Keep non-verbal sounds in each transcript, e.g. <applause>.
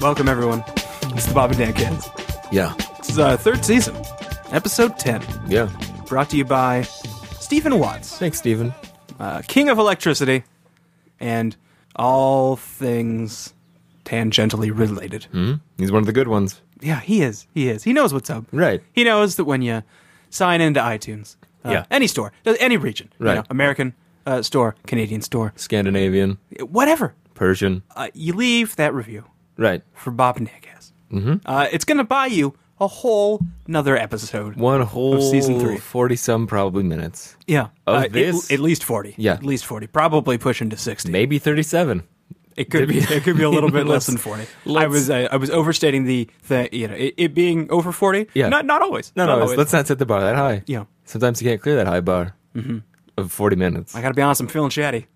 Welcome, everyone. It's the Bob and Dan Kids. Yeah. This is our third season, episode 10, Yeah. brought to you by Stephen Watts, Thanks, Steven. uh, king of electricity and all things tangentially related. Hmm. He's one of the good ones. Yeah, he is. He is. He knows what's up. Right. He knows that when you sign into iTunes, uh, Yeah. any store, any region, you Right. know, American uh, store, Canadian store, Scandinavian, whatever, Persian. uh, you leave that review Right. for Bob and Mm-hmm. Uh, it's going to buy you a whole another episode. One whole season three. 40 some probably minutes. Yeah. Of uh, at- this? At, least 40. Yeah. At least 40. Probably pushing to 60. Maybe 37. It could be it could be a little bit less than <laughs> 40. I let's- was I, I was overstating the, the you know, it, it being over 40. Yeah. Not not always. No, no, Oh, let's not set the bar that high. Yeah. Sometimes you can't clear that high bar of 40 minutes. I got to be honest, I'm feeling <laughs> chatty.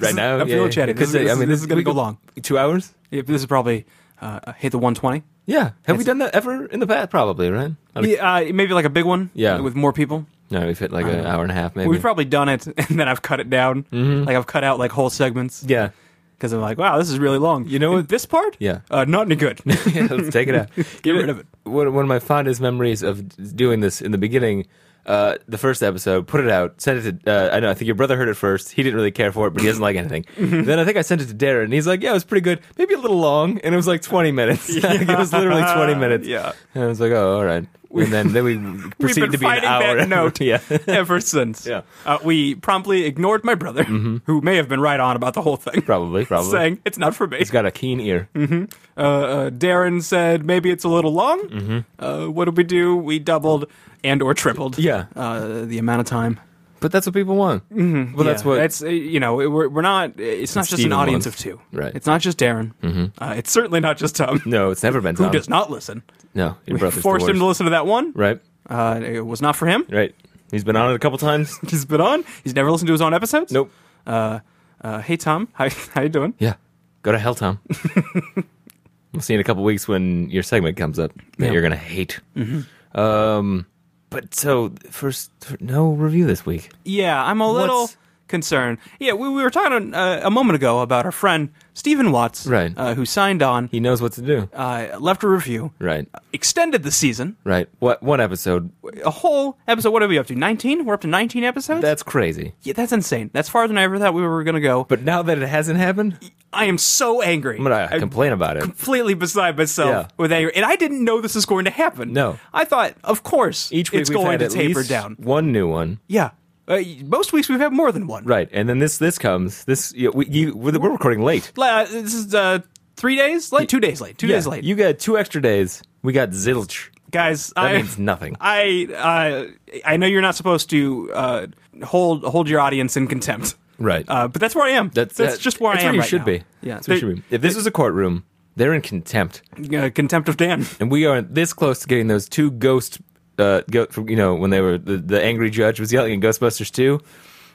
right now, I'm yeah, feeling yeah. chatty. It This, could is- say- this, is- this is going we to go could- long. Two hours? Yeah, this is probably uh, hit the 120. Yeah. Have we It's- done that ever in the past? Probably, right? Not a- Yeah, uh, maybe like a big one. Yeah. With more people. No, we've hit like an hour and a half, maybe. We've probably done it, <laughs> and then I've cut it down. Like I've cut out like whole segments Mm-hmm. yeah. because I'm like, wow, this is really long. You know what- This part? Yeah. Uh, not any <laughs> good. yeah, let's take it out. <laughs> Get rid of it. One, one of my fondest memories of doing this in the beginning, uh, the first episode, put it out, sent it to. Uh, I know, I think your brother heard it first. He didn't really care for it, but he doesn't <laughs> like anything. Then I think I sent it to Darren, and he's like, "Yeah, it was pretty good. Maybe a little long." And it was like 20 minutes. <laughs> Like, it was literally 20 minutes. <laughs> Yeah. And I was like, "Oh, <laughs> all right." And then then we We've been proceeded to be an fighting hour. that note <laughs> yeah. ever since. Yeah. Uh, we promptly ignored my brother, who may have been right on about the whole thing. <laughs> Probably, probably. Saying it's not for me. He's got a keen ear. uh, uh, Darren said maybe it's a little long. Uh, what did we do? We doubled and or tripled. Mm-hmm. Yeah. Uh, the amount of time. But that's what people want. Mm-hmm. Well, that's Yeah, what. That's uh, you know it- we're, we're not. It's not just Steven an audience wants. of two. Right. Mm-hmm. It's not just Darren. Uh, it's certainly not just Tom, <laughs> no, it's never been who Tom. does not listen. No, your We brother's the forced him worst. to listen to that one. Right, Uh, it was not for him. right. He's been on it a couple times. <laughs> He's been on. He's never listened to his own episodes. Nope. Uh, uh, hey Tom, <laughs> how how you doing? <laughs> Yeah. Go to hell, <laughs> Tom. we'll see you in a couple weeks when your segment comes up that Yeah. you're gonna hate. Um, but so first, no review this week. Yeah, I'm a little What's- concerned. Yeah, we, we were talking uh, a moment ago about our friend Stephen Watts, Right. Uh, who signed on, He knows what to do. uh, left a review, Right, extended the season, right. What one episode? a whole episode. What are we up to? 19? We're up to 19 episodes. That's crazy. yeah, that's insane. That's farther than I ever thought we were going to go. But now that it hasn't happened, I am so angry. I'm gonna complain about it. completely beside myself Yeah. with anger, and I didn't know this is going to happen. No. I thought, of course, Each week it's we've going had to at taper least down. one new one. Yeah, uh, y- most weeks we've had more than one. Right, and then this this comes. This you, we, you we're we're recording late. Uh, this is uh, three days late, two days late, two days Yeah, late. You got two extra days. We got zilch. guys, That I, means nothing. <laughs> I uh, I know you're not supposed to uh, hold hold your audience in contempt, Right. uh, but that's where I am. That's, that- just where that's I am. Where you right should now. be. Yeah, that's where you should be. If this was a courtroom, they're in contempt, be. Uh, contempt of Dan. and we are this close to getting those two ghost. Uh, go, from, you know when they were the, the angry judge was yelling in Ghostbusters two,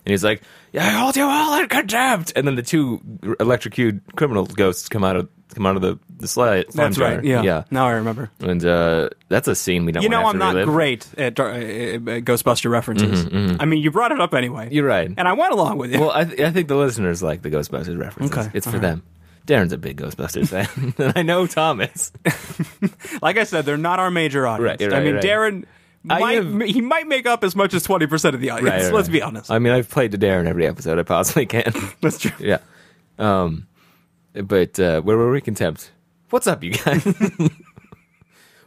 and he's like, "Yeah, "I hold you all in contempt," and then the two electrocuted criminal ghosts come out of come out of the the slide. That's right. Yeah. yeah. Now I remember. And uh, that's a scene we don't. You know wanna have I'm to not relive. great at dar- uh, uh, Ghostbuster references. I mean, you brought it up anyway. mm-hmm. You're right. and I went along with you. Well, I, th- I think the listeners like the Ghostbusters references. Okay, It's for all right. them. Darren's a big Ghostbusters fan, <laughs> and I know Thomas. like I said, they're not our major audience. Right, I right, mean, right. Darren. I Might, have- he might make up as much as twenty percent of the audience. Right, right, Let's right. be <laughs> honest. I mean, I've played to Darren every episode I possibly can. <laughs> That's true. yeah. Um, but uh, where were we? Contempt. What's up, you guys? <laughs>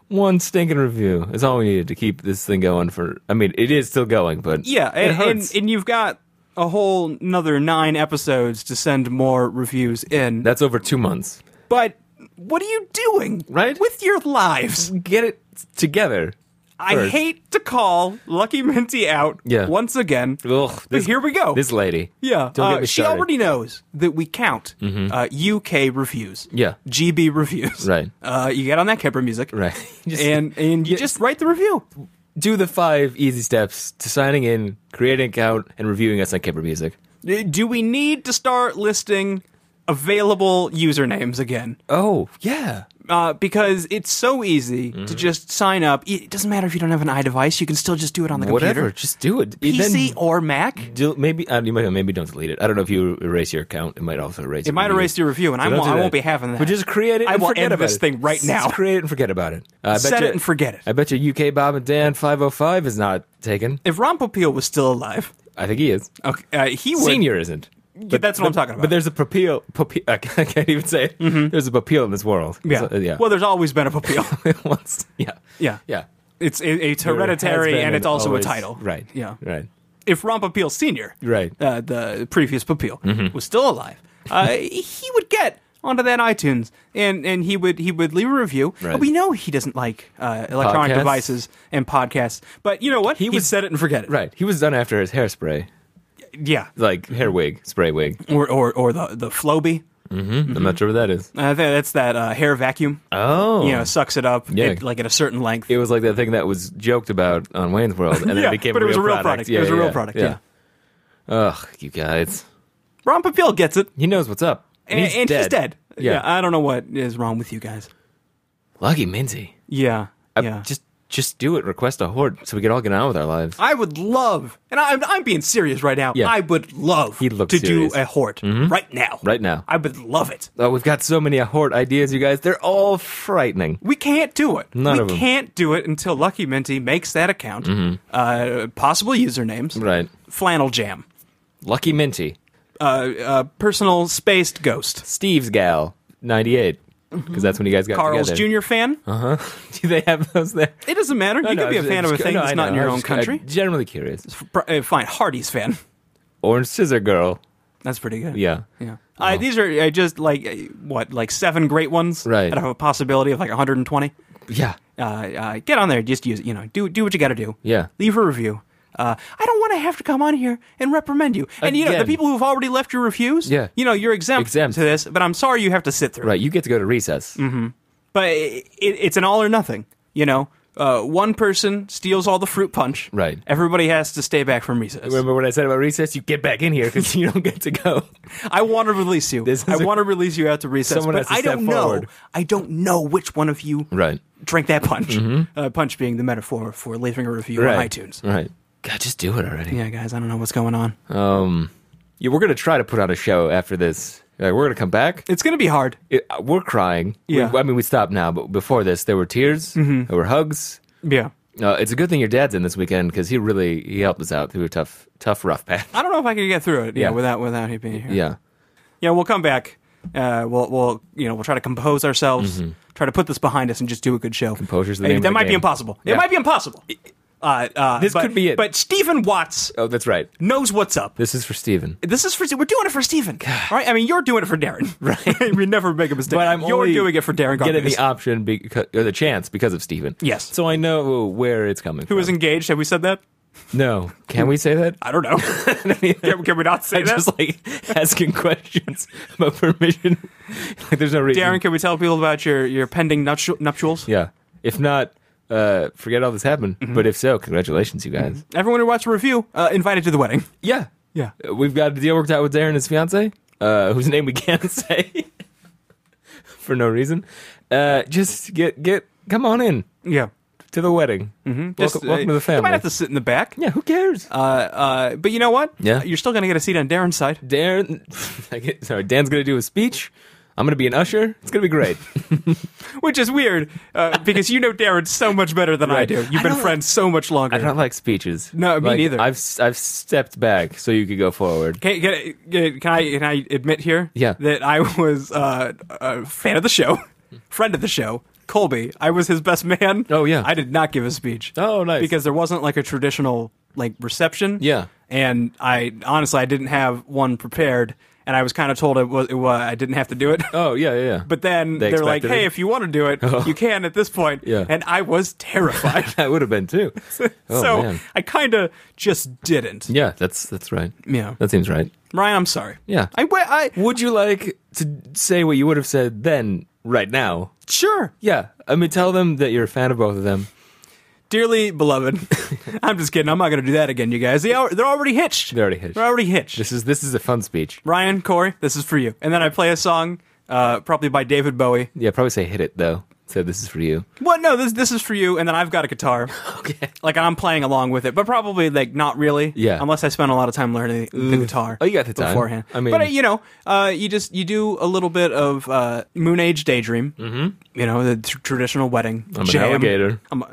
One stinking review is all we needed to keep this thing going for. I mean, it is still going, but Yeah, it and, and hurts. and you've got a whole another nine episodes to send more reviews in. That's over two months. but what are you doing, Right? with your lives? Get it together. I first. hate to call Lucky Minty out Yeah. once again. Ugh, But this- here we go. This lady. yeah, Don't uh, get me she started. Mm-hmm. already knows that we count uh, UK reviews, Yeah. GB reviews, Right. Uh, you get on that Kipper music, Right. <laughs> Just- and and you just write the review. do the five easy steps to signing in, creating an account, and reviewing us on Kipper Music. Do we need to start listing available usernames again? Oh, yeah. uh, because it's so easy Mm-hmm. to just sign up. It doesn't matter if you don't have an iDevice; you can still just do it on the Whatever, computer, just do it. Then PC or Mac. del- maybe uh, you might maybe don't delete it. I don't know if you erase your account. It might also erase. It might erase your review, and I won't, I won't be having that. But just create it. I and will forget end about this it. thing right Just now. create it and forget about it. Uh, I bet Set you- it and forget it. I bet you UK Bob and Dan five hundred five is not taken. If Ron Popeil was still alive, I think he is. okay, uh, he would. Senior isn't. that's what I'm talking about. But there's a papil. papil I can't even say it. There's a papil in this world. Yeah. So, yeah. Well, there's always been a <laughs> Popeil. Once- yeah. Yeah. Yeah. It's a, it's There has hereditary been and it's also always- a title. Right. Yeah. Right. If Ron Popeil Sr., Right. uh, the previous Popeil, Mm-hmm. was still alive, uh, he would get onto that iTunes and, and he would he would leave a review. Right. We know he doesn't like uh, electronic Podcasts. devices and podcasts, but you know what? He, was- said it and forget it. Right. He was done after his hairspray, Yeah. like hair wig, spray wig. Or or, or the the Floby. I'm not sure what that is. I think that's that uh, hair vacuum. Oh. You know, sucks it up Yeah. it, like at a certain length. It was like that thing that was joked about on Wayne's World, and then Yeah, it became but a it was real a real product. It was a real yeah, product, Ugh, you guys. Ron Popeil gets it, He knows what's up, and, and he's, dead. Yeah. yeah, I don't know what is wrong with you guys. Lucky Minzy. Yeah. I- yeah. Just, just do it. Request a horde, so we can all get on with our lives. I would love, and I'm, I'm being serious right now. Yeah. I would love He to looked serious. Mm-hmm. do a hort right now. Right now. I would love it. Oh, we've got so many horde ideas, you guys. They're all frightening. We can't do it. None we of 'em. Mm-hmm. can't do it until Lucky Minty makes that account. Uh, possible usernames. Right. Flannel Jam. Lucky Minty, Uh, uh, personal spaced ghost. Steve's gal, ninety-eight, because that's when you guys got Mm-hmm. Carl's together. Jr. fan. Uh huh. <laughs> do they have those there? It doesn't matter. You No, could be a I'm fan of just- a I'm thing just- no, that's I not know. in your I'm own just- country. I'm generally curious. Fr- uh, fine, Hardy's fan. Orange Scissor Girl. That's pretty good. Yeah. Oh. Yeah. Uh, these are uh, just like, uh, what, like seven great ones? Right. That have a possibility of like 120? Yeah. uh, uh, get on there. Just use it. You know, do do what you got to do. Yeah. Leave a review. Uh, I don't want to have to come on here and reprimand you. And you know, the Again. people who've already left your reviews. Yeah. You know, you're exempt, Exempt. to this, but I'm sorry you have to sit through. Right. You get to go to recess. Mm-hmm. But it, it's an all or nothing. You know, uh, one person steals all the fruit punch. Right. Everybody has to stay back from recess. Remember what I said about recess? You get back in here because <laughs> you don't get to go. I want to release you. This I is a- want to release you out to recess. Someone but has to I step don't know. forward. I don't know which one of you Right. Mm-hmm. drank that punch. Uh, punch being the metaphor for leaving a review on iTunes. Right. God, just do it already. Yeah, guys, I don't know what's going on. Um, yeah, we're gonna try to put on a show after this. Like, we're gonna come back. It's gonna be hard. It, uh, we're crying. We- Yeah. Mm-hmm. I mean, we stopped now, but before this, there were tears. There were hugs. Yeah. Uh, it's a good thing your dad's in this weekend because he really he helped us out through a tough, tough, rough <laughs> patch. I don't know if I could get through it. Yeah, Yeah. without without him being here. Yeah. Yeah, we'll come back. Uh, we'll we'll you know we'll try to compose ourselves, try to put this behind us, and just do a good show. Composure's Mm-hmm. the Hey, name of That the might be game. impossible. It Yeah. might be impossible. Uh, uh, This but- could be it. But Stephen Watts Oh, that's right. knows what's up. This is for Steven. This is for we're doing it for Stephen, right? I mean, you're doing it for <laughs> Darren, right? <laughs> we never make a mistake. But I'm you're only doing it for Darren Getting Garbus, the option because or the chance because of Steven. Yes. So I know where it's coming. who is engaged. Have we said that? No. Can we <laughs> say that? I don't know. <laughs> can, can we not say I that? just like asking questions about permission. <laughs> like there's no reason. Darren, can we tell people about your your pending nuptial- nuptials? Yeah. If not, uh, forget all this happened. Mm-hmm. But if so, congratulations, you guys. Everyone who watched the review uh, invited to the wedding. Yeah. Mm-hmm. Yeah. Uh, We've got a deal worked out with Darren and his fiance, uh, whose name we can't <laughs> say for no reason. Uh, just get get come on in <laughs> Yeah. to the wedding. Mm-hmm. Just, welcome, welcome uh, to the You family. might have to sit in the back. yeah. Who cares? Uh, uh, but you know what? Yeah. You're still going to get a seat on Darren's side. Darren. <laughs> I get, sorry, Dan's gonna do a speech. I'm gonna be an usher. It's gonna <laughs> be great. Which is weird <laughs> uh, because you know Darren so much better than I Right. do. You've I been don't- friends so much longer. I don't like speeches. No, me Like, neither. I've s- I've stepped back so you could go forward. Can, can, can can I can I admit here? Yeah. That I was uh, a fan of the show, <laughs> friend of the show, Colby. I was his best man. Oh, yeah. I did not give a speech. Oh, nice. Because there wasn't like a traditional like reception. Yeah. And I honestly I didn't have one prepared, and I was kind of told it was, it was I didn't have to do it. Oh yeah, yeah. yeah. But then They they are like, expected it? Oh. "Hey, if you want to do it, you can at this point." Yeah. And I was terrified, <laughs> that would have been too. <laughs> <laughs> Oh, so man. I kind of just didn't. yeah, that's that's right. Yeah. that seems right. Ryan, I'm sorry. Yeah. I, wa- I Would you like to say what you would have said then, right now? sure. Yeah. I mean, tell them that you're a fan of both of them. Dearly <laughs> beloved, I'm just kidding. I'm not going to do that again, you guys. They are, they're already hitched. They're already hitched. They're already hitched. This is this is a fun speech. Ryan, Corey, this is for you. And then I play a song. uh, probably by David Bowie. Yeah, probably say hit it though. So this is for you. Well, no, this this is for you, and then I've got a <laughs> guitar. Okay. Like I'm playing along with it, but probably like not really. Yeah. Unless I spent a lot of time learning the guitar. Oh, you got the time. beforehand. I mean- but uh, you know, uh, you just you do a little bit of uh, Moon Age Daydream. Mm-hmm. You know, the tr- traditional wedding I'm an jam. alligator. I'm uh,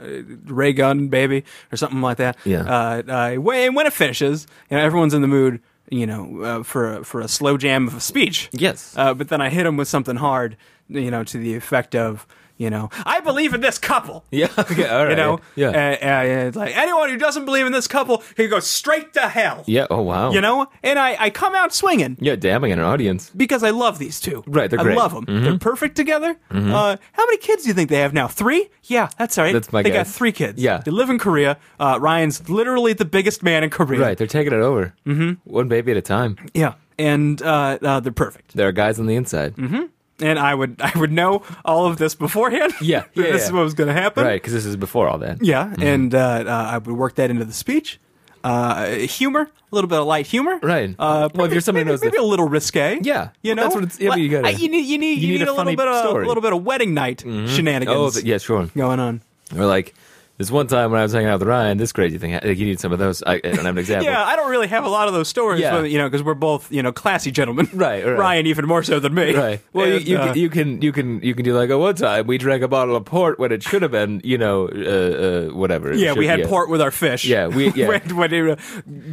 Ray Gun baby or something like that. Yeah. Uh, uh, when when it finishes, you know, everyone's in the mood. You know, uh, for a, for a slow jam of a speech. Yes. Uh, but then I hit him with something hard. You know, to the effect of. You know, I believe in this couple. yeah. Okay. All <laughs> right. You know, Yeah. Uh, uh, yeah, it's like anyone who doesn't believe in this couple, he goes straight to hell. yeah. Oh wow. You know, and I, I come out swinging Yeah, damning an audience. because I love these two. Right, they're I great. Mm-hmm. love them. They're perfect together. Uh, how many kids do you think they have now? Three? Yeah, that's all right. That's my They got guess. three kids. Yeah. they live in Korea. Uh, Ryan's literally the biggest man in Korea. Right. They're taking it over. Mm-hmm. One baby at a time. Yeah, and uh, uh, they're perfect. There are guys on the inside. Mm-hmm. And I would <laughs> I would know all of this beforehand. Yeah, <laughs> that yeah, this yeah. is what was going to happen. Right. Because this is before all that. Yeah, and uh, uh, I would work that into the speech. Uh, humor, a little bit of light humor. Right. Uh, Well, if you're somebody maybe, who knows maybe the- a little risque. Yeah. You know, That's what it's- yeah, but you gotta- I- you need you need you, need, a, little funny bit of story. a little bit of wedding night shenanigans Oh, but- yeah. Sure. going on. Or like this one time when I was hanging out with Ryan, this crazy thing. happened. Like, you need some of those. I, I don't have <laughs> an example. Yeah, I don't really have a lot of those stories, Yeah. but, you know, because we're both you know classy gentlemen. <laughs> Right, right. Ryan even more so than me. <laughs> Right. <laughs> Well, And, you, you, uh, can, you can you can you can do like oh one time we drank a bottle of port when it should have been you know uh, uh, whatever. It yeah, we should- had port with our fish. Yeah, <laughs> we- yeah. when, when, uh,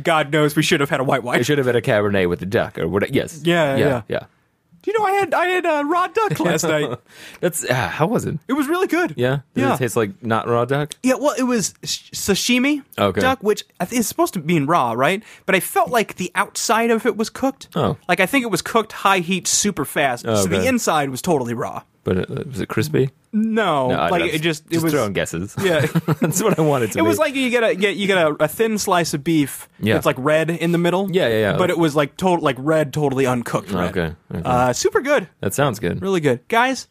God knows we should have had a white wine. It should have been a cabernet with the duck or whatever. Yes. Yeah, Yeah. yeah. Do you know I had I had uh, raw duck <laughs> last night. That's uh, how was it? It was really good. Yeah. Does Yeah. It taste like not raw duck. Yeah, well, it was s- sashimi Okay. duck, which I think is supposed to be in raw, right? But I felt like the outside of it was cooked. Oh. Like I think it was cooked high heat super fast, so okay. the inside was totally raw. But it, was it crispy? No, No, I like don't know. it just it was throwing guesses. <laughs> Yeah. That's what I wanted <laughs> to. It was be. like you get a get you get a, a thin slice of beef Yeah. that's like red in the middle. Yeah, yeah, yeah. But it was like total like red, totally uncooked red. Okay, okay. Uh, super good, that sounds good. really good, guys.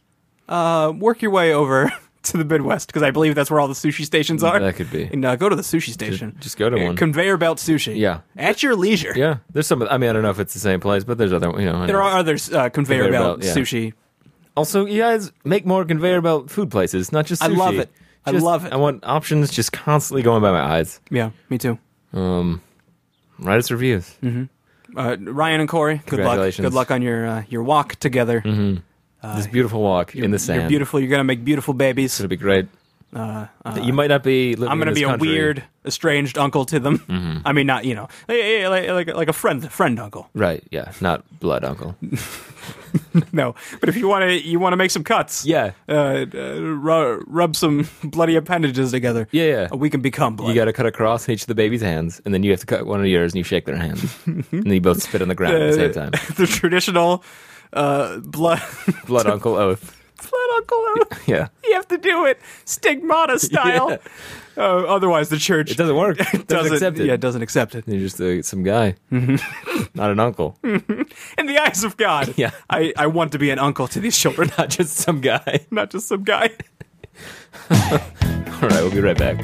Uh, work your way over <laughs> to the Midwest because I believe that's where all the sushi stations are. That could be. And uh, go to the sushi station. Just go to Uh, one. Conveyor belt sushi. Yeah. At your leisure. yeah. There's some. I mean, I don't know if it's the same place, but there's other. You know. I There know. are other uh, conveyor, Conveyor belt, belt, yeah. sushi. Also, you guys make more conveyor belt food places, not just. I Sushi. love it. I Just- love it. I want options just constantly going by my eyes. Yeah, me too. Write us reviews. Uh, Ryan and Corey, good luck. Congratulations. Good luck on your uh, your walk together. this beautiful walk in the sand. Uh, You're beautiful. You're gonna make beautiful babies. Uh, It'll be great. you might not be. Living I'm gonna in this be a country. Mm-hmm. weird, estranged uncle to them. I mean, not you know, like like- like, like a friend, friend uncle. <laughs> Right. Yeah. Not blood uncle. No, but if you want to, you want to make some cuts. Yeah. uh, uh, rub, rub some <laughs> bloody appendages together. Yeah, yeah. Uh, we can become blood. You got to cut across each of the baby's hands, and then you have to cut one of yours, and you shake their <laughs> hands, and then you both spit on the ground at the same time. the traditional uh, blood <laughs> Blood uncle oath. blood uncle. oath. Yeah. <laughs> You have to do it stigmata style. <laughs> Yeah. Uh, otherwise, the church It doesn't work. It doesn't accept it. yeah doesn't Mm-hmm. accept it. You're just uh, some guy, <laughs> not an <laughs> uncle, In the eyes of God, <laughs> Yeah. I, I want to be an uncle to these children, <laughs> not just some guy. not just some guy. All right, we'll be right back.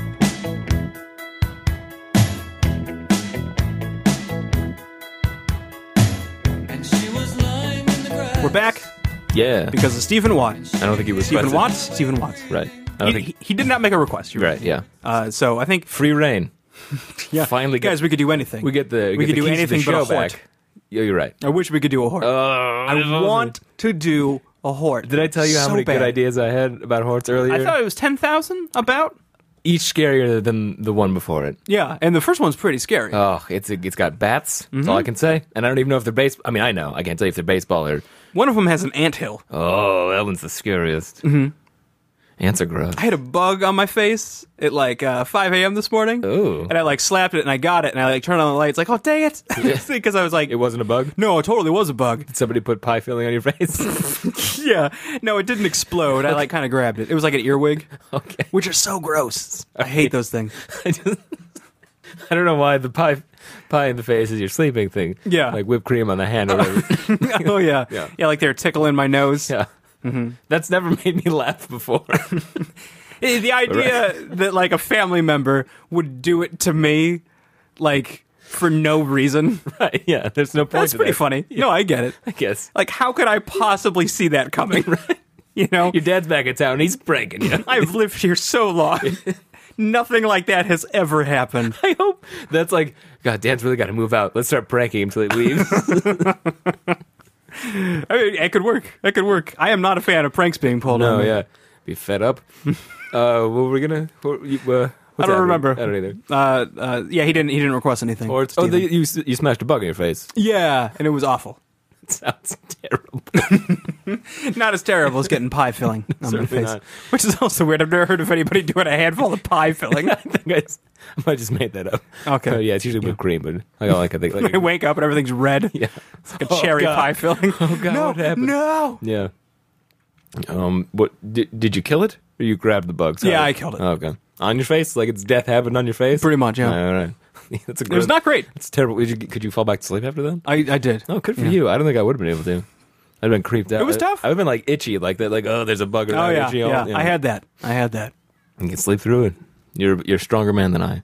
We're back Yeah, because of Stephen Watts. I don't think he was Stephen Watts. Stephen Watts. Right. I He, don't think. he- he did not make a request. You're Right. Yeah. Uh, so I think Free reign. yeah, Finally get- guys, we could do anything. We get the we get could do the keys to the anything but show a hort. back. Yeah, you're right. I wish we could do a hort. I want to do a hort. Did I tell you how So many bad. good ideas I had about horts earlier? I thought it was ten thousand about. Each scarier than the one before it. Yeah, and the first one's pretty scary. Oh, it's it's got bats. That's all I can say. And I don't even know if they're base. I mean, I know. I can't tell you if they're baseball or. One of them has an anthill. Oh, that one's the scariest. Mm-hmm. Ants are gross. I had a bug on my face at like uh, 5 a.m. this morning. Ooh. And I like slapped it and I got it and I like turned on the lights like, oh, dang it. <laughs> Because I was like, It wasn't a bug. no, it totally was a bug. <laughs> Somebody put pie filling on your <laughs> face. yeah. No, it didn't explode. I like kind of grabbed it. It was like an earwig, <laughs> okay. which are so gross. I hate those <laughs> things. <laughs> I just. I don't know why the pie, pie in the face is your sleeping thing. Yeah. like whipped cream on the hand or <laughs> whatever. oh, yeah. Yeah. like they're tickling my nose. yeah, that's never made me laugh before. <laughs> <laughs> Eh, The idea that like a family member would do it to me, like, for no <laughs> reason. Right, yeah, there's no point. That's to pretty that. funny. No, I get <laughs> it. I guess Like, how could I possibly see that <laughs> coming? <laughs> You know, your dad's back in town. He's pranking you. <laughs> I've lived here so long. Nothing like that has ever <laughs> happened. I hope that's like, God, Dan's really got to move out. Let's start pranking him <laughs> till he leaves. I mean, it could work. It could work. I am not a fan of pranks being pulled on no, me. yeah, be fed <laughs> up. uh, well, we're gonna. What, you, uh, I what's don't happening? remember. I don't either. Uh, uh, yeah, he didn't. He didn't request anything. Or it's, oh, the, you s- you smashed a bug in your face. yeah, and it was awful. It <laughs> sounds terrible. <laughs> Not as terrible as getting pie filling on my Certainly face, not. which is also weird. I've never heard of anybody doing a handful of pie filling. <laughs> I think I, s- I might just made that up. Okay. <laughs> Uh, yeah, it's usually whipped cream, but I don't like. I think like I wake up and everything's red. yeah, It's like a cherry God. pie <laughs> filling. Oh God, no, what happened? No. yeah. Um, what did did you kill it? Or you grabbed the bug? Sorry. Oh, Yeah, I killed it. Okay, on your face, like it's death happened on your face. Pretty much, yeah. All right, <laughs> that's a It was not great. It's terrible. Did you, could you fall back to sleep after that? I, I did. Oh, good for you. I don't think I would have been able to. I'd have been creeped out. It was I- tough. I would have been like itchy, like that, like oh, there's a bug around. Oh yeah, itchy, yeah. all- you know. I had that. I had that. You can sleep through it. You're you're a stronger man than I.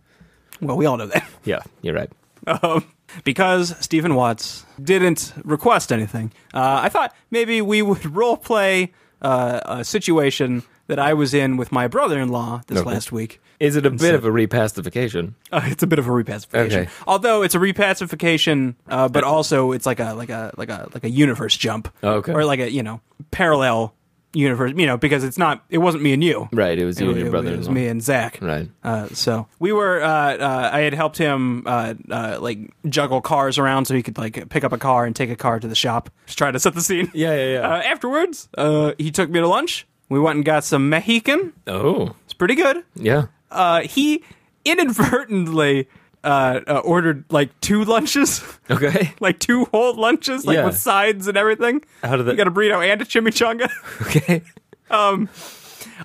Well, we all know that. <laughs> Yeah, you're right. Um, because Stephen Watts didn't request anything, uh, I thought maybe we would <laughs> role play uh, a situation that I was in with my brother-in-law this Okay. last week. Is it a bit of a repastification? Uh, it's a bit of a repacification, Okay. although it's a repacification, uh, but also it's like a like a like a like a universe jump, Oh, Okay. or like a you know parallel universe, you know, because it's not it wasn't me and you, Right. It was you and It- your it- brother. It was as well. me and Zach, Right. Uh, so we were. Uh, uh, I had helped him uh, uh, like juggle cars around so he could like pick up a car and take a car to the shop. Just trying to set the scene. Yeah, yeah, yeah. Uh, afterwards, uh, he took me to lunch. We went and got some Mexican. oh, It's pretty good. yeah. Uh, he inadvertently uh, uh, ordered like two lunches. <laughs> Okay. Like two whole lunches, like Yeah. with sides and everything. How did that- You got a burrito and a chimichanga. <laughs> <laughs> Okay.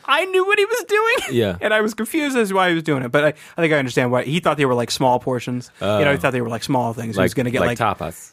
I knew what he was doing. Yeah. And I was confused as to why he was doing it. But I, I think I understand why. He thought they were like small portions. you know, Oh. he thought they were like small things. he was going to get like, <laughs> tapas.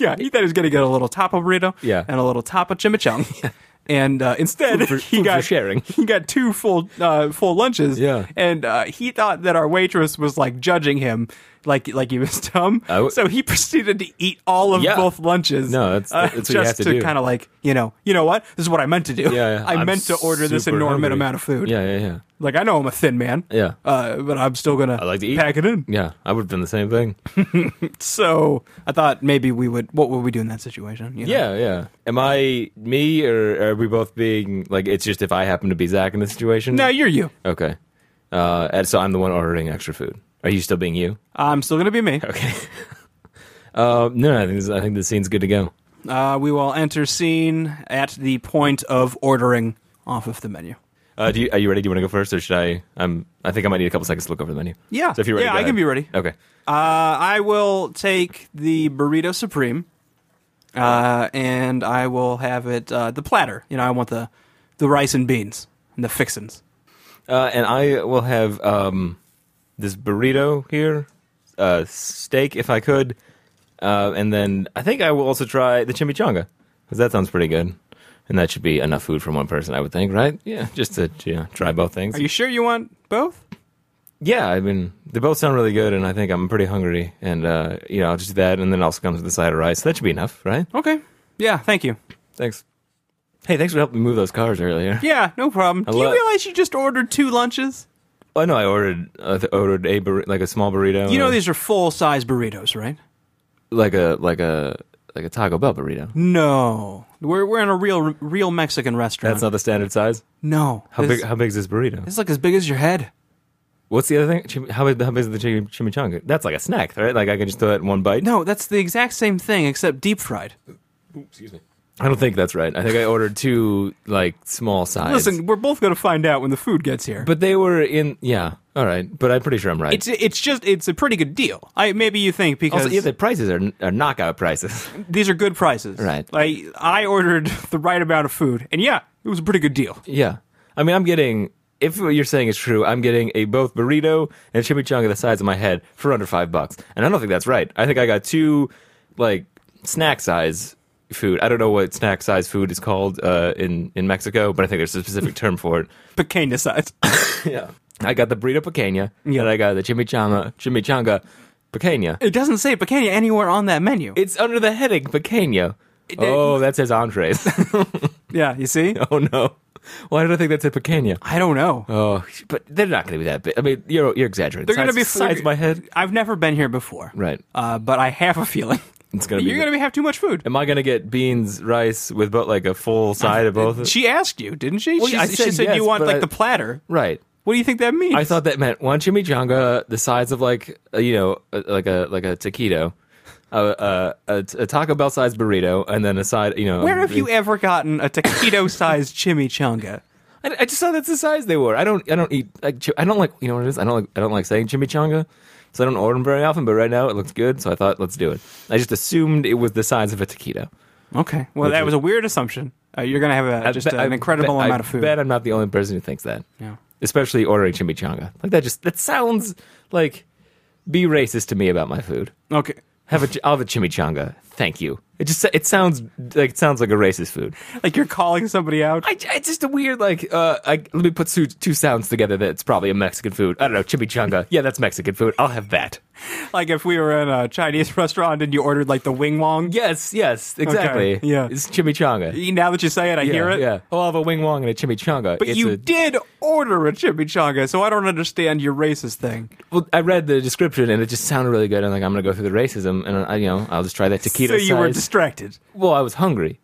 yeah, he thought he was going to get a little tapo burrito Yeah. and a little tapo chimichang. <laughs> And uh, instead, for- he food for got sharing. <laughs> He got two full uh, full lunches. Yeah. and uh, he thought that our waitress was like judging him, like like he was <laughs> dumb. I w- so he <laughs> proceeded to eat all of Yeah. both lunches. No, that's- uh, that's what just you have to do. kind of like you know you know what this is what I meant to do. Yeah, yeah. <laughs> I I'm meant to order this super enormous hungry. amount of food. <laughs> Yeah, yeah, yeah. Like I know I'm a thin man. Yeah. Uh, but I'm still gonna like to eat. pack it in. Yeah, I would have done the same thing. So I thought maybe we would. What would we do in that situation? you know? Yeah, yeah. Am I me or are we both being like? It's just if I happen to be Zach in this situation. No, you're you. Okay. Uh, and so I'm the one ordering extra food. Are you still being you? I'm still gonna be <laughs> me. Okay. uh, no, I think this, I think this scene's good to go. Uh, we will enter scene at the point of ordering off of the menu. Uh, do you, are you ready? Do you want to go first, or should I? I'm. I think I might need a couple seconds to look over the menu. Yeah. So if you're ready, Yeah, go I can ahead. be ready. Okay. Uh, I will take the burrito supreme, uh, and I will have it uh, the platter. You know, I want the the rice and beans and the fixins. Uh, and I will have um, this burrito here, uh, steak if I could, uh, and then I think I will also try the chimichanga because that sounds pretty good, and that should be enough food for one person, I would think, right? Yeah, <laughs> just to yeah, try both things. Are you sure you want both? Yeah, I mean, they both sound really good, and I think I'm pretty hungry. And, uh, you know, I'll just do that, and then also comes with the side of rice. That should be enough, right? Okay. Yeah. Thank you. Thanks. Hey, thanks for helping me move those cars earlier. Yeah. No problem. Do you love- realize you just ordered two lunches? Oh, no, I ordered uh, th- ordered a bur- like a small burrito. You know and a- these are full size burritos, right? like a like a like a Taco Bell burrito. No. We're we're in a real real Mexican restaurant. That's not the standard size. no. How This- big how big is this burrito? It's like as big as your head. What's the other thing? Chim- how big how big is the chim- chimichanga? That's like a snack, right? Like I can just throw that in one bite. No, that's the exact same thing except deep fried. I don't think that's right. I think I ordered two like small size. Listen, we're both going to find out when the food gets here. But but they were in. Yeah, all right. But I'm pretty sure I'm right. it's it's just it's a pretty good deal. I maybe you think because Also, yeah, the prices are, are knockout prices. these are good prices. Right. Like I ordered <laughs> the right amount of food and yeah, it was a pretty good deal. yeah. I mean, I'm getting, if what you're saying is true, I'm getting a both burrito and chimichanga the size of my head for under five bucks. And I don't think that's right. I think I got two, like, snack size food. I don't know what snack size food is called uh, in, in Mexico, but I think there's a specific term <laughs> for it. Pequeña <laughs> size. yeah. I got the burrito pequeña, Yeah. and I got the chimichanga, chimichanga Pequeño. It doesn't say picanha anywhere on that menu. It's under the heading Pequeño. It- Oh, that says entrees. <laughs> yeah, you see? oh no. Why did I think that said Pequeño? I don't know. Oh, but they're not going to be that big. I mean, you're you're exaggerating. They're going to Size- be size my head. I've never been here before. Right. Uh, but I have a feeling <laughs> It's going to be. you're going to have too much food. Am I going to get beans, rice with both like a full side of both? She asked you, didn't she? Well, she, yeah, I she said said yes, you want but like I- the platter. Right. What do you think that means? I thought that meant one chimichanga the size of like a, you know a, like a like a taquito, a, a, a, a Taco Bell sized burrito, and then a side you e-, know. Where have you ever gotten a <laughs> taquito-sized chimichanga? I, I just thought that's the size they were. I don't I don't eat like chi- I don't like you know what it is. I don't like I don't like saying chimichanga, so I don't order them very often. But right now it looks good, so I thought let's do it. I just assumed it was the size of a taquito. Okay, well that was a weird assumption. Uh, you're going to have a, just bet- an incredible bet- amount I of food. bet I'm not the only person who thinks that. Yeah. Especially ordering chimichanga. Like that just that sounds like be racist to me about my food. Okay, Have a ch- I'll have a chimichanga. Thank you. It just it sounds like it sounds like a racist food. like you're calling somebody out. I, it's just a weird like uh I, let me put two, two sounds together that's probably a Mexican food. I don't know, chimichanga. yeah, that's Mexican food. I'll have that. Like if we were in a Chinese restaurant and you ordered like the wing wong. Yes, yes, exactly. Okay, yeah. It's chimichanga. Now that you say it, I yeah, hear it. Yeah. Oh, I'll have a wing wong and a chimichanga. But It's you a- did order a chimichanga, so I don't understand your racist thing. Well, I read the description and it just sounded really good. And like, I'm gonna go through the racism, and I, you know, I'll just try that taquito so you were size. distracted. well, I was hungry,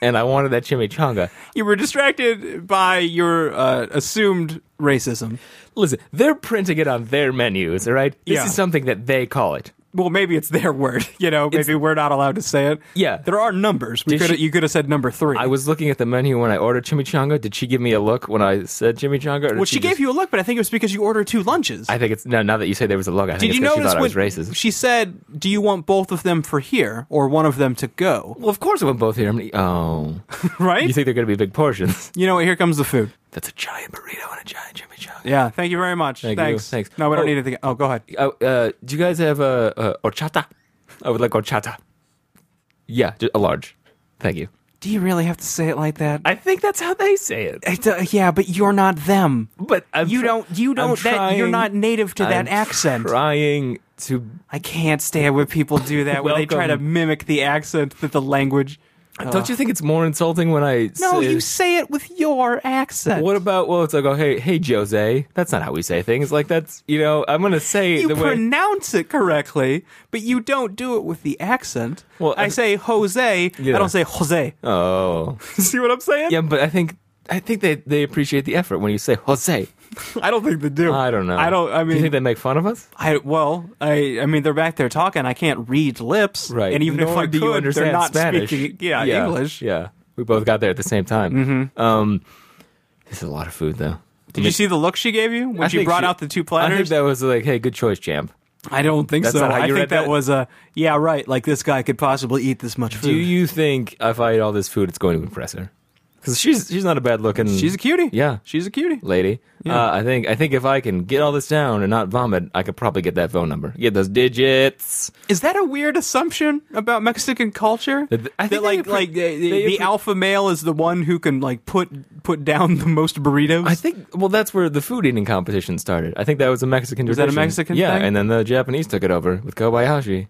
and I wanted that chimichanga. You were distracted by your uh, assumed racism. Listen, they're printing it on their menus, all right? This Yeah. is something that they call it. Well, maybe it's their word. <laughs> You know, maybe we're not allowed to say it. Yeah. there are numbers. We Did could she- you could have said number three. I was looking at the menu when I ordered chimichanga. Did she give me a look when I said chimichanga? Or did well, she, gave just- you a look, but I think it was because you ordered two lunches. I think it's no. Now that you say there was a look, I think Did it's you 'cause she notice thought I when was racist. she said, "Do you want both of them for here or one of them to go?" <laughs> Well, of course I went both here. I'm gonna eat- oh, Right? you think they're going to be big portions? You know what? Here comes the food. That's a giant burrito and a giant chimichanga. Yeah. Thank you very much. Thank you. Thanks. Thanks. No, we don't Oh. need anything. Oh, go ahead. Uh, uh, do you guys have uh, uh, horchata? I would like horchata. Yeah, ju- a large. Thank you. Do you really have to say it like that? I think that's how they say it. It, uh, yeah, but you're not them. But I'm You try- don't. You I'm don't. that, you're trying- not native to I'm that accent. Trying to. I can't stand when people do that. when they try to Welcome. mimic the accent that the language. Uh, Don't you think it's more insulting when I? No, say, you say it with your accent. What about? Well, it's like, oh, hey, hey, Jose. That's not how we say things. Like that's you know, I'm gonna say you the way. pronounce it correctly, but you don't do it with the accent. Well, I I- say Jose. I Yeah. don't say Jose. <laughs> oh, <laughs> See what I'm saying? yeah, but I think I think they they appreciate the effort when you say Jose. I don't think they do. I don't know. I don't. I do you mean, think they make fun of us? I well, I I mean, they're back there talking. I can't read lips. Right. And even if Nor I do could, you understand they're not Spanish. speaking. Yeah, English. Mm-hmm. Yeah. We both got there at the same time. Um, this is a lot of food, though. Did you see the look she gave you when she brought out the two I think platters? that was like, hey, good choice, champ. I don't think That's so. not how I you think read that, that? was a yeah, right. Like this guy could possibly eat this much food. Do you think if I eat all this food, it's going to impress her? Because she's she's not a bad looking. She's a cutie. Yeah. she's a cutie. lady. Yeah. Uh, I think I think if I can get all this down and not vomit, I could probably get that phone number. Get those digits. Is that a weird assumption about Mexican culture? That- I think that they like appre- like uh, the, they the appre- alpha male is the one who can like put put down the most burritos. I think well, that's where the food eating competition started. I think that was a Mexican. Was that a Mexican Yeah, thing? and then the Japanese took it over with Kobayashi.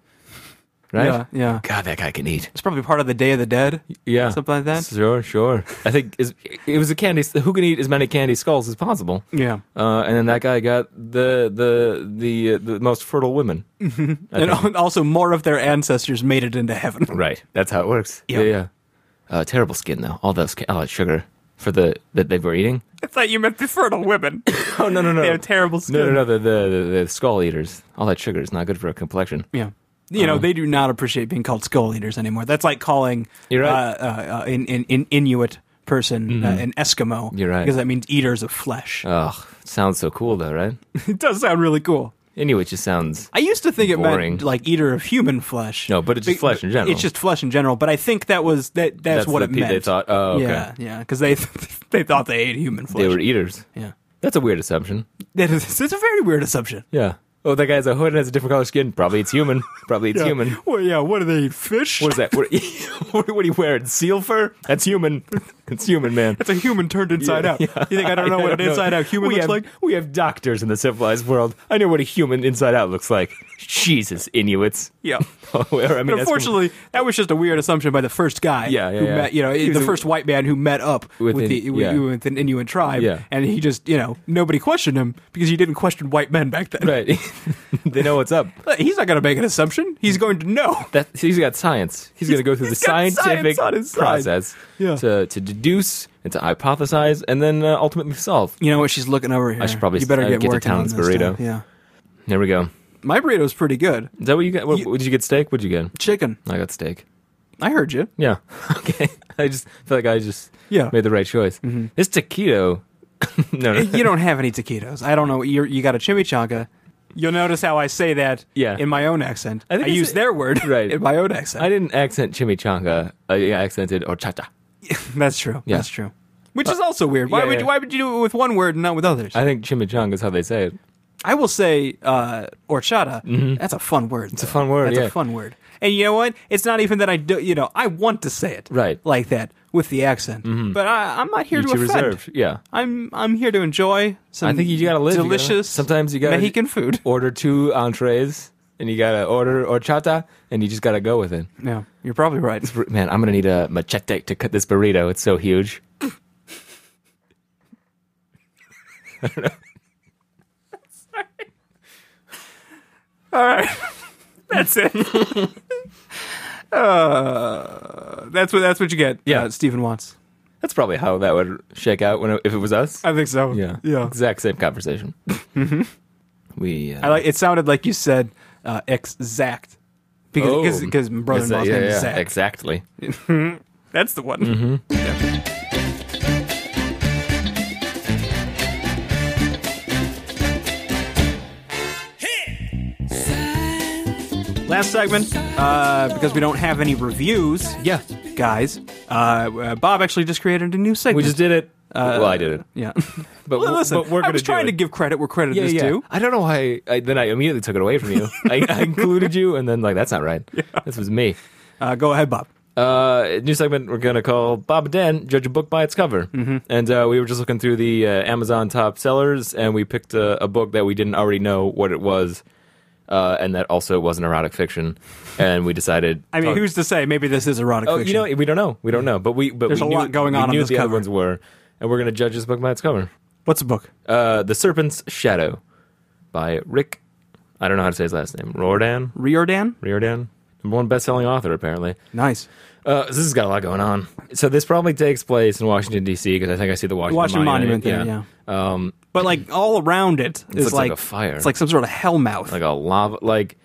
Right? yeah, yeah. God, that guy can eat. It's probably part of the Day of the Dead. Yeah, Something like that? Sure, sure. I think is, it was a candy. Who can eat as many candy skulls as possible? Yeah, Uh, and then that guy got the the the uh, the most fertile women. and al- <laughs> also more of their ancestors made it into <laughs> heaven. Right. That's how it works. Yeah. Yeah. yeah. Uh, terrible skin though. All those all that sugar for the that they were eating. I thought you meant the fertile women. Oh no <laughs> no <coughs> no. they have terrible skin. no no no. The, the the the skull eaters. All that sugar is not good for a complexion. Yeah. You Um, know, they do not appreciate being called skull eaters anymore. That's like calling You're right. Mm-hmm. uh, uh, uh, an, an, an Inuit person uh, an Eskimo. You're right. Uh. Because that means eaters of flesh. Ugh. Sounds so cool though, right? <laughs> it does sound really cool. Inuit just sounds I used to think it Boring. meant like eater of human flesh. no, but it's just Be- flesh in general. It's just flesh in general, but I think that was that. That's, that's what the it pe- meant. They thought. Oh okay. Yeah, yeah, because they <laughs> they thought they ate human flesh. They were eaters. yeah, That's a weird assumption. that is it's a very weird assumption. Yeah. Oh, that guy has a hood and has a different color skin. Probably it's human. Probably it's Uh, human. Well, yeah. What do they eat? Fish. <laughs> What is that? What, what are you wearing? Seal fur? That's human. It's human, man. It's a human turned inside out. You think I <laughs> don't know what an don't know. inside out human we looks have, like? We have doctors in the civilized world. I know what a human inside out looks like. Jesus, Inuits. Yeah. <laughs> Oh, or, I mean, But that's- unfortunately, that was just a weird assumption by the first guy. Yeah, yeah, who yeah. Met, you know, He was the a- first white man who met up with, With the an- with, yeah. with an Inuit tribe. Yeah. And he just, you know, nobody questioned him because he didn't question white men back then. <laughs> right. <laughs> they know what's up. <laughs> He's not going to make an assumption. He's going to know. That he's got science. He's, going to go through the he's got science scientific on his side. process Yeah. to to deduce and to hypothesize and then uh, ultimately solve. You know what? She's looking over here. should probably you better uh, get, get to working town on with this burrito. stuff. Yeah. There we go. My burrito's pretty good. Is that what you got? What, You- what- did you get steak? What'd you get? Chicken. I got steak. I heard you. Yeah. <laughs> Okay. I just feel like I just Yeah. Mm-hmm. made the right choice. This taquito. <laughs> no, <laughs> <laughs> no. you don't have any taquitos. I don't know. You're, you got a chimichanga. You'll notice how I say that Yeah. in my own accent. I I, think it's use a- their word Right. <laughs> in my own accent. I didn't accent chimichanga. I accented horchata. <laughs> That's true. Yeah. Uh, That's true. Which is also weird. Why yeah, would yeah. you why would you do it with one word and not with others? I, I think chimichanga is how they say it. will say uh, horchata. That's a fun word. It's Mm-hmm. a fun word, That's yeah. a fun word. And you know what? It's not even that I do. You know, I want to say it Right. Mm-hmm. like that with the accent. But I, I'm not here You're to too offend. reserved. Yeah. I'm I'm here to enjoy some. I think you gotta live. You gotta- delicious. sometimes you gotta Mexican food. Order two entrees, and you gotta order horchata, and you just gotta go with it. <laughs> Yeah, you're probably right. Bur- Man, I'm gonna need a machete to cut this burrito. It's so huge. All right, <laughs> that's it. <laughs> uh, that's what that's what you get. Yeah. uh, Stephen wants. That's probably how that would shake out when it, if it was us. I think so. yeah. yeah. Mm-hmm. Exact same <laughs> conversation. We. Uh, I like. It sounded like you said uh, exact Oh. because because my brother in law's Exa- yeah, name yeah, Mm-hmm. is Zach. Exactly. That's the one. Yeah. Last segment, uh, because we don't have any reviews, Yeah. guys. Uh, uh, Bob actually just created a new segment. We just did it. well, I did it. yeah. <laughs> But Well, we'll- listen, but we're I gonna was do trying it. to give credit where credit is due. I don't know why. I, then I immediately took it away from you. I, I included you, and then like that's <laughs> not right. This was me. Uh, go ahead, Bob. Uh, new segment we're gonna call Bob and Dan judge a book by its cover. Mm-hmm. And uh, we were just looking through the uh, Amazon top sellers, and we picked a, a book that we didn't already know what it was, uh, and that also wasn't erotic fiction. And we decided. <laughs> I mean, oh, who's to say? Maybe this is erotic oh, fiction. you know, we don't know. We don't know. But we but There's we a knew- lot going on We on knew this the other cover. ones were, and we're gonna judge this book by its cover. What's the book? Uh, the Serpent's Shadow by Rick. I don't know how to say his last name. Rordan. Riordan. Riordan, number one best-selling author apparently. Nice. Uh, this has got a lot going on. So this probably takes place in Washington D.C. because I think I see the Washington, Washington Monument. Monument there, yeah. Um, But like all around it is looks like a fire. It's like some sort of hell mouth. like a lava, like,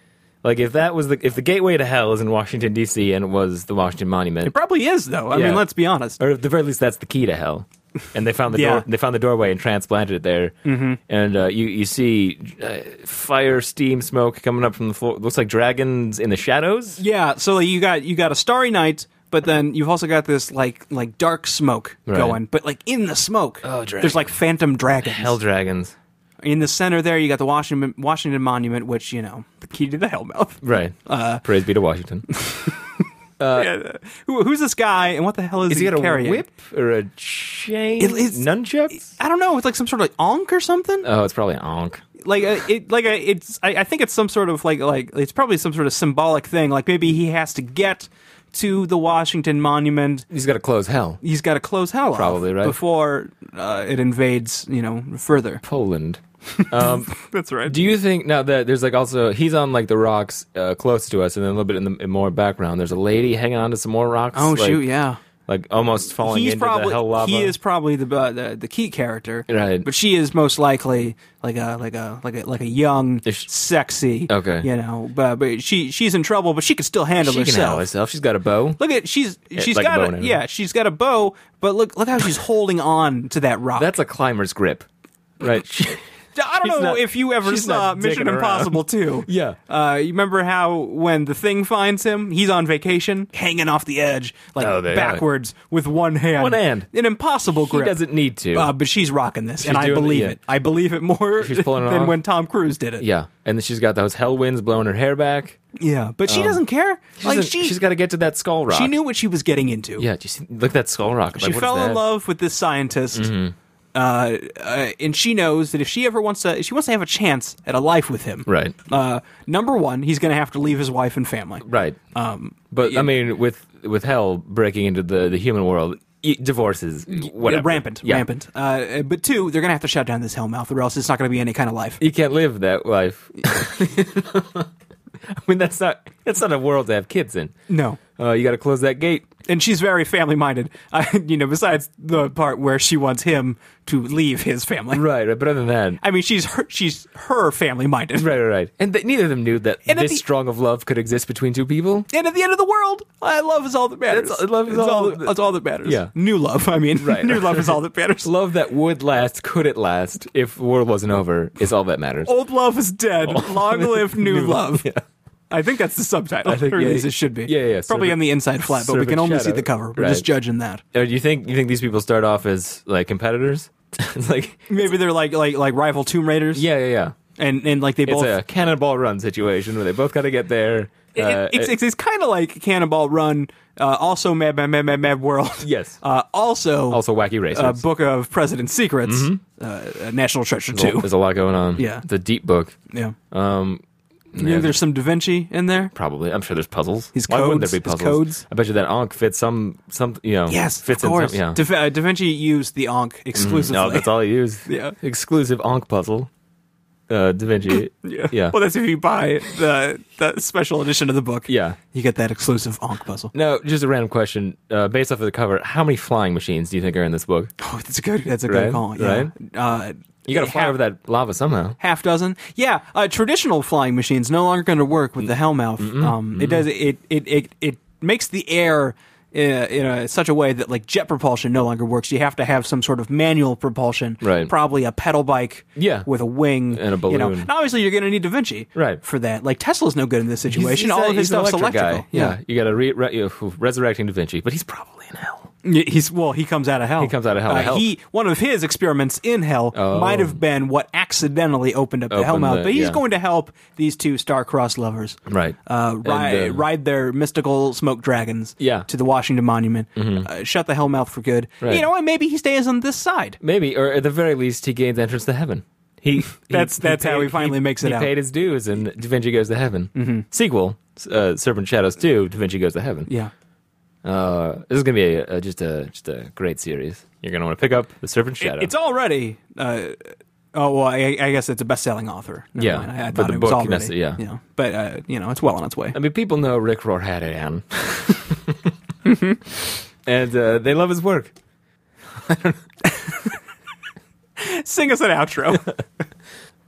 like if that was the if the gateway to hell is in Washington D.C. and it was the Washington Monument, it probably is though. I Yeah. mean, let's be honest. or at the very least that's the key to hell. And they found the Yeah. door, they found the doorway and transplanted it there. Mm-hmm. And uh, you you see uh, fire, steam, smoke coming up from the floor. Looks like dragons in the shadows. Yeah. So like, you got you got a starry night, but then you've also got this like like dark smoke Right. going. But like in the smoke, Oh, dragon. there's like phantom dragons. Hell dragons. in the center there, you got the Washington Washington Monument, which you know the key to the hell mouth. Right. Uh, Praise be to <laughs> Washington. <laughs> Yeah. Who, who's this guy, and what the hell is, Uh, Is he got carrying? a whip or a chain? It- it's- Nunchucks? I don't know. It's like some sort of like onk or something. Oh, it's probably an onk. like uh, it like uh, it's I, I think it's some sort of like like it's probably some sort of symbolic thing like maybe he has to get to the washington monument He's got to close hell. he's got to close hell off Probably, right. before uh, it invades you know further Poland. Um, <laughs> that's right do you think now that there's like also he's on like the rocks uh, close to us, and then a little bit in the in more background, there's a lady hanging on to some more rocks. oh like, shoot yeah like almost falling he's into the probably hell lava. he is probably the, uh, the the key character Right. but she is most likely like a like a like a like a young Is she- sexy Okay. you know but, but she she's in trouble but she could still handle she can handle herself. She's got a bow. Look at she's she's like a got bow a, now. yeah she's got a <laughs> bow, but look look how she's holding on to that rock. <laughs> That's a climber's grip, right? She, I don't He's know not- if you ever she's saw not Mission digging around. <laughs> Impossible 2. Yeah. Uh, you remember how when the thing finds him, he's on vacation, hanging off the edge, like Oh, they- backwards with one hand. One hand. An impossible He grip. doesn't need to. Uh, but she's rocking this, and I doing it, believe yeah. it. I believe it more She's pulling it than off. when Tom Cruise did it. yeah, and then she's got those hell winds blowing her hair back. Yeah, but she doesn't care. Like Um, She's- she, she's got to get to that skull rock. she knew what she was getting into. Yeah, just look at that skull rock. I'm she like, what is fell in that? Mm-hmm. love with this scientist, uh, uh, and she knows that if she ever wants to, she wants to have a chance at a life with him. Right. Uh, number one, he's going to have to leave his wife and family. Right. Um, but I mean, with with hell breaking into the, the human world, e- divorces, whatever, Rampant, Yeah. rampant. Uh, but two, they're going to have to shut down this hellmouth, or else it's not going to be any kind of life. You can't live that <laughs> life. I mean, that's not that's not a world to have kids in. No. Uh, you got to close that gate. and she's very family minded. <laughs> I, you know, besides the part where she wants him to leave his family. Right. Right. But other than that. I mean, she's her, she's her family minded. Right, right, right. And th- neither of them knew that And at this the- strong of love could exist between two people. And at the end of the world, I love is all that matters. That's all- uh, love is It's all that, that- that's all that matters. Yeah. new love. I mean, <laughs> Right. new love is all that <laughs> matters. Love that would last, could it last, if the world wasn't over, is all that matters. Old love is dead. Long live new, love. <laughs> Yeah. I think that's the subtitle. I think, or at yeah, least it should be. yeah, yeah, yeah. Probably Serve on the inside flat, but we serve can a only see shadow. the cover. We're Right. just judging that. Uh, do you think you think these people start off as like competitors? <laughs> it's like Maybe they're like like like rival Tomb Raiders. yeah, yeah, yeah. and and like they It's both a cannonball run situation where they both got to get there. It- uh, it's uh, it's, it's kind of like Cannonball Run, uh, also Mad Mad Mad Mad Mad World. <laughs> Yes. Uh, also, also Mm-hmm. wacky racers. uh, Book of President's Secrets, uh, uh, National Treasure There's a- Two. There's a lot going on. Yeah. the deep book. Yeah. Um, You think there's some Da Vinci in there? probably. I'm sure there's puzzles. His Why wouldn't there be codes, his puzzles? codes. I bet you that Ankh fits some some you know Yes, fits of course. in some, yeah. Mm-hmm. da, Vin- uh, da Vinci used the Ankh exclusively. No, that's all he <laughs> used. Yeah. Exclusive Ankh puzzle. Uh, da Vinci. <laughs> Yeah. Yeah. Well, that's if you buy the the special edition of the book. Yeah. You get that exclusive Ankh puzzle. No, just a random question. Uh, based off of the cover, how many flying machines do you think are in this book? Oh, that's a good. That's a Right, good call. Yeah. Uh, You got to fly half- over that lava somehow. half dozen. Yeah, uh, traditional flying machines no longer going to work with the Hellmouth. um, It does it it it it makes the air. uh, In a, such a way that like jet propulsion no longer works, you have to have some sort of manual propulsion, Right. Probably a pedal bike, Yeah. with a wing And a You know, balloon. and obviously you're going to need Da Vinci, Right. for that. Like Tesla's no good in this He's- situation. he's All a- of his he's an stuff's electric electrical. Guy. Yeah. you got to re- re- you know, resurrecting Da Vinci, but he's probably in hell. Yeah, He's well. He comes out of hell. He comes out of hell to help. He one of his experiments in hell Oh. might have been what accidentally opened up the hell Opened mouth, the- but he's yeah. going to help these two star-crossed lovers, Right. Uh, And, ride, uh, ride their mystical smoke dragons, Yeah. Mm-hmm. to the Washington Monument, uh, shut the hell mouth for good. Right. You know, and maybe he stays on this side. Maybe, or at the very least, he gains entrance to heaven. He <laughs> That's- that's how he finally makes it he out. Mm-hmm. paid his dues, and Da Vinci goes to heaven. Sequel, uh, Serpent Shadows Two. Da Vinci goes to heaven. Yeah, Uh, this is gonna be a, a, just a just a great series. You're gonna want to pick up the Serpent Shadow. it's already. Uh, oh well, I, I guess it's a best-selling author. Never Yeah, mind. I, I but thought the it was book, already. yes, yeah. but uh, you know, it's well on its way. <laughs> I mean, people know Rick Rohrhagen, Mm-hmm. <laughs> and uh, they love his work. Sing us an outro.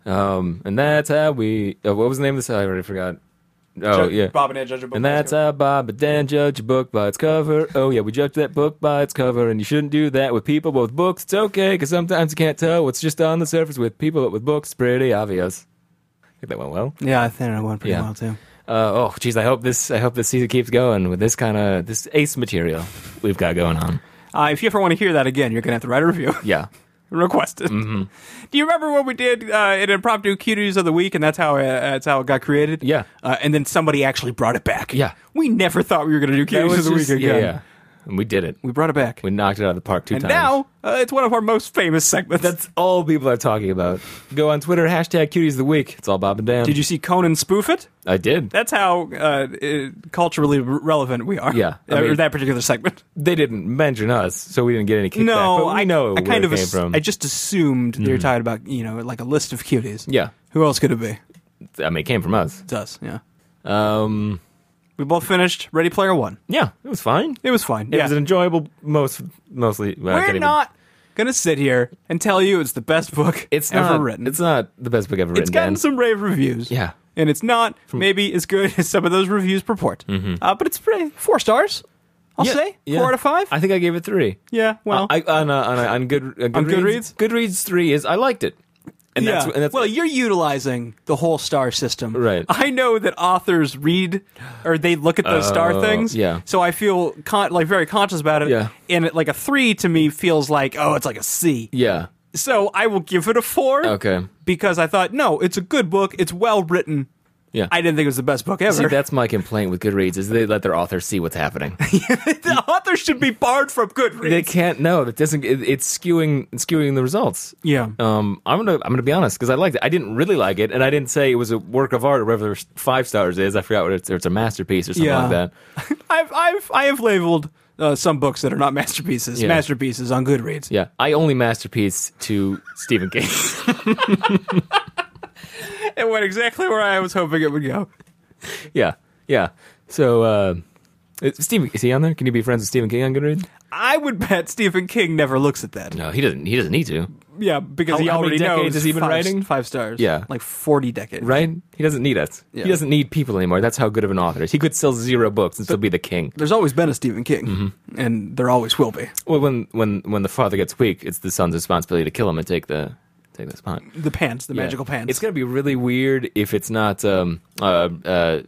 Um, and that's how we. Uh, what was the name of this? I already forgot. Oh yeah, Bob and Ed judge a book And by that's its cover. how Bob and Dan judge a book by its cover. Oh, yeah, we judge that book by its cover, and you shouldn't do that with people with books. It's okay, because sometimes you can't tell what's just on the surface with people, but with books, it's pretty obvious. I think that went well. yeah, I think I went pretty Yeah. well too. Uh, oh, geez, I hope this I hope this season keeps going with this kind of this ace material we've got going on. Uh, if you ever want to hear that again, you're going to have to write a review. <laughs> Yeah, Request it. Mm-hmm. Do you remember what we did uh, an impromptu cuties of the week, and that's how uh, that's how it got created? Yeah. Uh, and then somebody actually brought it back. Yeah. We never thought we were going to do That cuties of the just- week yeah, again. yeah, and we did it. We brought it back, We knocked it out of the park two and times. now uh, it's one of our most famous segments. that's all people are talking about. Go on Twitter hashtag Cuties of the Week. It's all Bob and Dan. did you see Conan spoof it? I did. That's how uh, uh, culturally re- relevant we are. Yeah. I Uh, mean- or that particular segment. they didn't mention us, so we didn't get any kickback. No, but we I know I where kind it of came ass- from. Hmm. I just assumed they were talking about you know like a list of cuties. yeah, Who else could it be? I mean, it came from us. It's us. Yeah. Um, We both finished Ready Player One. yeah, it was fine. It was fine. It yeah. was an enjoyable, most mostly. well, I can't We're even- not gonna sit here and tell you it's the best book <laughs> It's ever not, written. It's not the best book ever it's written. gotten Dan. some rave reviews. yeah, And it's not maybe as good <laughs> as some of those reviews purport. Uh, but it's pretty four stars. I'll Mm-hmm. Yeah, say yeah. four out of five. I think I gave it three. yeah. Well, I, on uh, on, uh, on good uh, Goodreads, Goodreads? Goodreads three is I liked it. And yeah. that's and that's well, you're utilizing the whole star system. Right. I know that authors read or they look at those star Oh, things. yeah. So I feel con- like very conscious about it. Yeah. And it, like a three to me feels like oh, it's like a C. yeah. So I will give it a four. Okay. Because I thought no, it's a good book. It's well written. Yeah. I didn't think it was the best book ever. See, that's my complaint with Goodreads is they let their authors see what's happening. <laughs> the author should be barred from <laughs> they Goodreads. can't know that doesn't. It, it's skewing skewing the results. yeah. Um, I'm gonna I'm gonna be honest because I liked it. I didn't really like it, and I didn't say it was a work of art or whatever five stars is. I forgot what it's. Or it's a masterpiece or something Yeah. like that. <laughs> I've I've I have labeled uh, some books that are not masterpieces Yeah. masterpieces on Goodreads. Yeah, I only masterpiece to Stephen King. <laughs> It went exactly where I was hoping it would go. <laughs> yeah, yeah. So uh, it's- Stephen is he on there? Can you be friends with Stephen King on Goodreads? I would bet Stephen King never looks at that. No, he doesn't. He doesn't need to, Yeah, because How- he how many already decades knows. has he been five, writing? Five stars. Yeah. like forty decades. right? He doesn't need us. Yeah. He doesn't need people anymore. That's how good of an author is. He could sell zero books and still be the king. There's always been a Stephen King, Mm-hmm. and there always will be. Well, when when when the father gets weak, it's the son's responsibility to kill him and take the take the spot. The pants, the magical Yeah. pants. It's gonna be really weird if it's not um uh uh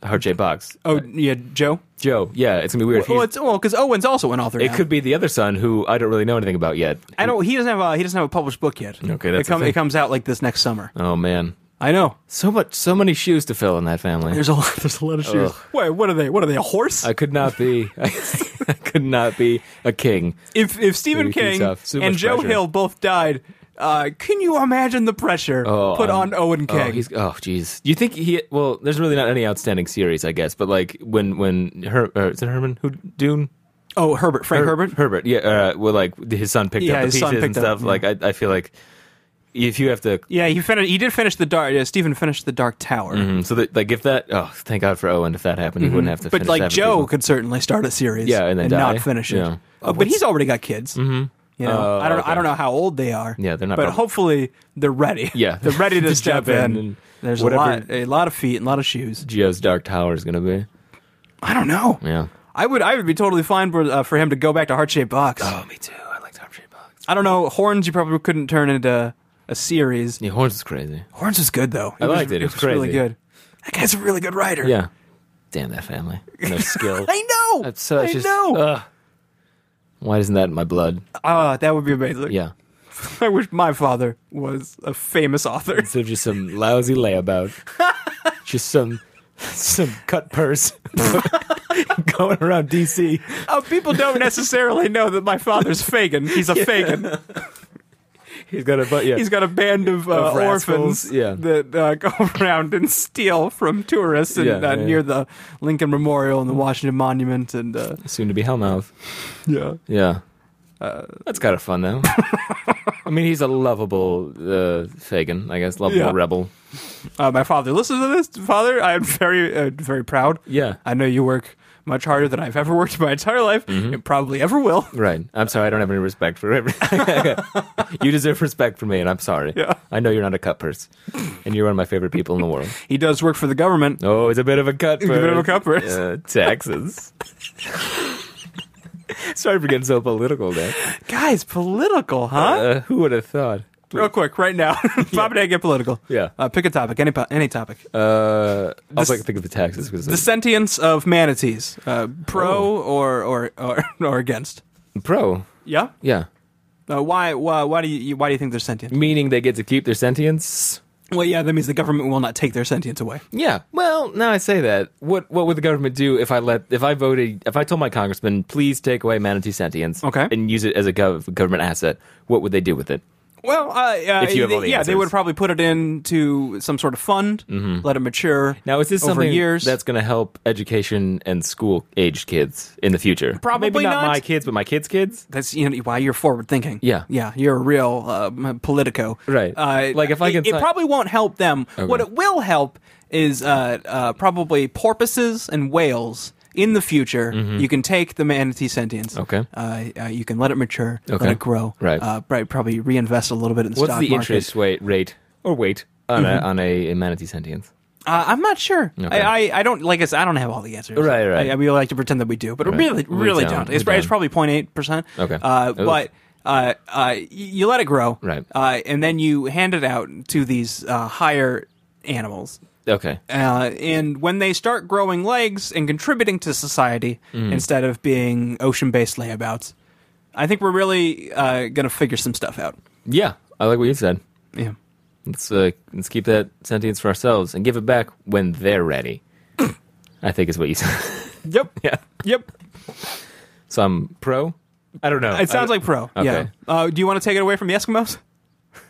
Heart J Box. oh yeah, Joe. Joe, yeah, it's gonna be weird. if Well, oh, he's- it's well because Owen's also an author. it now. could be the other son who I don't really know anything about yet. I don't. He doesn't have a. He doesn't have a published book yet. Okay, that's it, come- the thing. it comes out like this next summer. Oh man, I know. so much, so many shoes to fill in that family. There's a lot, <laughs> there's a lot of shoes. Ugh. Wait, what are they? What are they? A horse? I could <laughs> not be, <laughs> I, could not be a king. if if Stephen It'd be King tough. So and much Joe pressure. Hill both died, uh, can you imagine the pressure Oh, put I'm- on Owen King? Oh, he's oh jeez. You think he? Well, there's really not any outstanding series, I guess. But like when when her uh, is it Herman who Dune oh, Herbert, Frank Her- Herbert. Herbert, yeah. Uh, well, like his son picked Yeah, up the his pieces son and picked up, stuff. Like I, I feel like if you have to, Yeah, he finished. He did finish the dark. Yeah, Stephen finished the Dark Tower. Mm, so that like if that. Oh, thank God for Owen. If that happened, he wouldn't have to. Mm-hmm. But finish like half the Joe people. could certainly start a series, Yeah, and then die. not finish it. Yeah. Uh, but he's already got kids. Mm-hmm. You know, Oh, I don't. okay. I don't know how old they are. Yeah, they're not But probably- hopefully they're ready. <laughs> <laughs> Yeah. they're ready to Just step jump in in. and There's whatever- a lot, a lot of feet and a lot of shoes. Joe's Dark Tower is gonna be. I don't know. Yeah. I would. I would be totally fine for, uh, for him to go back to heart shaped box. Oh, me too. I like Top Shape Box. I don't know. Horns, you probably couldn't turn into a series. Yeah, Horns is crazy. Horns was good though. It I was- liked it. It was really crazy. good. That guy's a really good writer. Yeah. Damn that family. <laughs> No skill. I know. That's so. I it's just, uh, know. ugh. why isn't that in my blood? Ah, that would be amazing. Yeah. <laughs> I wish my father was a famous <laughs> author. Instead of just some lousy <laughs> layabout, just some some cut purse <laughs> going around DC. Oh, people don't necessarily know that my father's Fagin. <laughs> He's a Fagin. He's got a but yeah. He's got a band of, uh, Of rascals, orphans yeah. that uh, go <laughs> around and steal from tourists and, Yeah, uh, yeah. Mm. near the Lincoln Memorial and the Washington Monument. And uh, soon to be Hellmouth. yeah, Yeah. uh, That's kind of <laughs> fun though. I mean, he's a lovable uh, Fagin, I guess, lovable Yeah. rebel. uh, my father listens to this. Father, I'm very, uh, very proud. Yeah. I know you work much harder than I've ever worked in my entire life, Mm-hmm. and probably ever will. Right. I'm sorry. I don't have any respect for everything. <laughs> you deserve respect for me, and I'm sorry. Yeah. I know you're not a cut purse, and you're one of my favorite people in the world. He does work for the government. Oh, it's a bit of a cut. a bit of a purse. cut purse. Uh, taxes. <laughs> Sorry for getting so political there. Guys, political, huh? Uh, who would have thought? Real quick, right now, <laughs> Bob and I get political. Yeah. Uh, pick a topic, any po- any topic. Uh, I'll This- like think of the taxes because the sentience of manatees, uh, pro or, or or <laughs> or against. pro. Yeah. Yeah, Uh, why why why do you why do you think they're sentient? meaning they get to keep their sentience. Well, yeah, that means the government will not take their sentience away. Yeah. Well, now I say that. What What would the government do if I let if I voted if I told my congressman please take away manatee sentience Okay. and use it as a gov- government asset? What would they do with it? Well, uh, uh, If you have all the yeah, they answers. Mm-hmm. would probably put it into some sort of fund, let it mature. Now is this over something years? that's going to help education and school aged kids in the future? Probably Maybe not, not. my kids, but my kids' kids. that's you know why you're forward thinking. Yeah. yeah, you're a real uh, m- politico. Right. Uh, Like, if I it- can it, si- probably won't help them. What it will help is uh, uh, probably porpoises and whales. In the future, you can take the manatee sentience. Mm-hmm. Okay. Uh, uh, you can let it mature, Okay. let it grow. Right. Uh, pri- probably reinvest a little bit in the What's stock the market. interest rate, rate or weight on a on a, a manatee sentience? Uh, I'm not sure. Okay. I, I, I don't like. I said, I don't have all the answers. Right, right. I, I- we like to pretend that we do, but we really, We really don't. don't. We It's, it's don't. probably 0.8 percent. Okay. Uh, Oof. but uh, uh, y- you let it grow, Right. Uh, and then you hand it out to these uh, higher animals. Okay. Uh, and when they start growing legs and contributing to society Mm. instead of being ocean-based layabouts, I think we're really uh, gonna figure some stuff out. Yeah, I like what you said. Yeah. Let's uh, let's keep that sentience for ourselves and give it back when they're ready. I think is what you <laughs> said. Yep. yeah. Yep. So I'm pro. I don't know. It sounds I- like pro. Yeah. Okay. Uh, do you want to take it away from the Eskimos?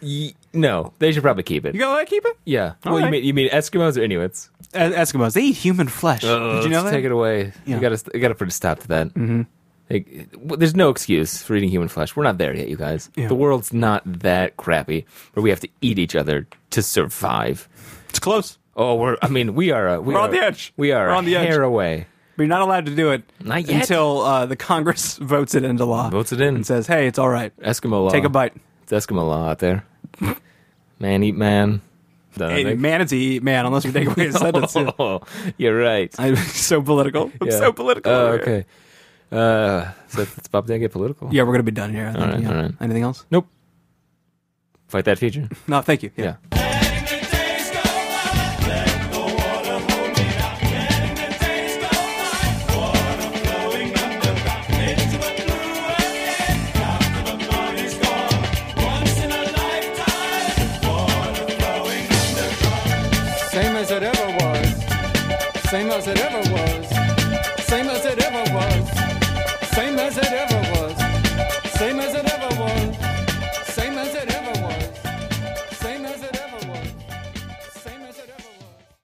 Y- no. They should probably keep it. You gonna let it keep it? yeah. Well, you Alright. mean you mean Eskimos or Inuits? Es- Eskimos they eat human flesh. Did you know Uh, let's that? Take it away. Yeah. You got to you got to put a stop to that. Mm-hmm. Like, w- there's no excuse for eating human flesh. We're not there yet, you guys. Yeah. The world's not that crappy where we have to eat each other to survive. It's close, Oh, we're. I mean, we are. A, we We're are on the edge. We are We're a on the edge. hair away. but you're not allowed to do it Not yet. until uh, the Congress <laughs> votes it into law. Votes it in. and says, "Hey, it's all right. Eskimo law. Take a bite." It's Eskimo law out there. man eat man. Done, I Hey, think. man, it's eat man. Unless you take away his sentence. <laughs> Yeah. Oh, you're right. I'm so political. I'm Yeah. so political. Oh, over here. okay. Uh, so it's Bob Dang get political. Yeah, we're gonna be done here. I think, right, yeah. all right. Anything else? Nope. Fight that feature. No, thank you. Yeah. Same as it ever was. Same as it ever was.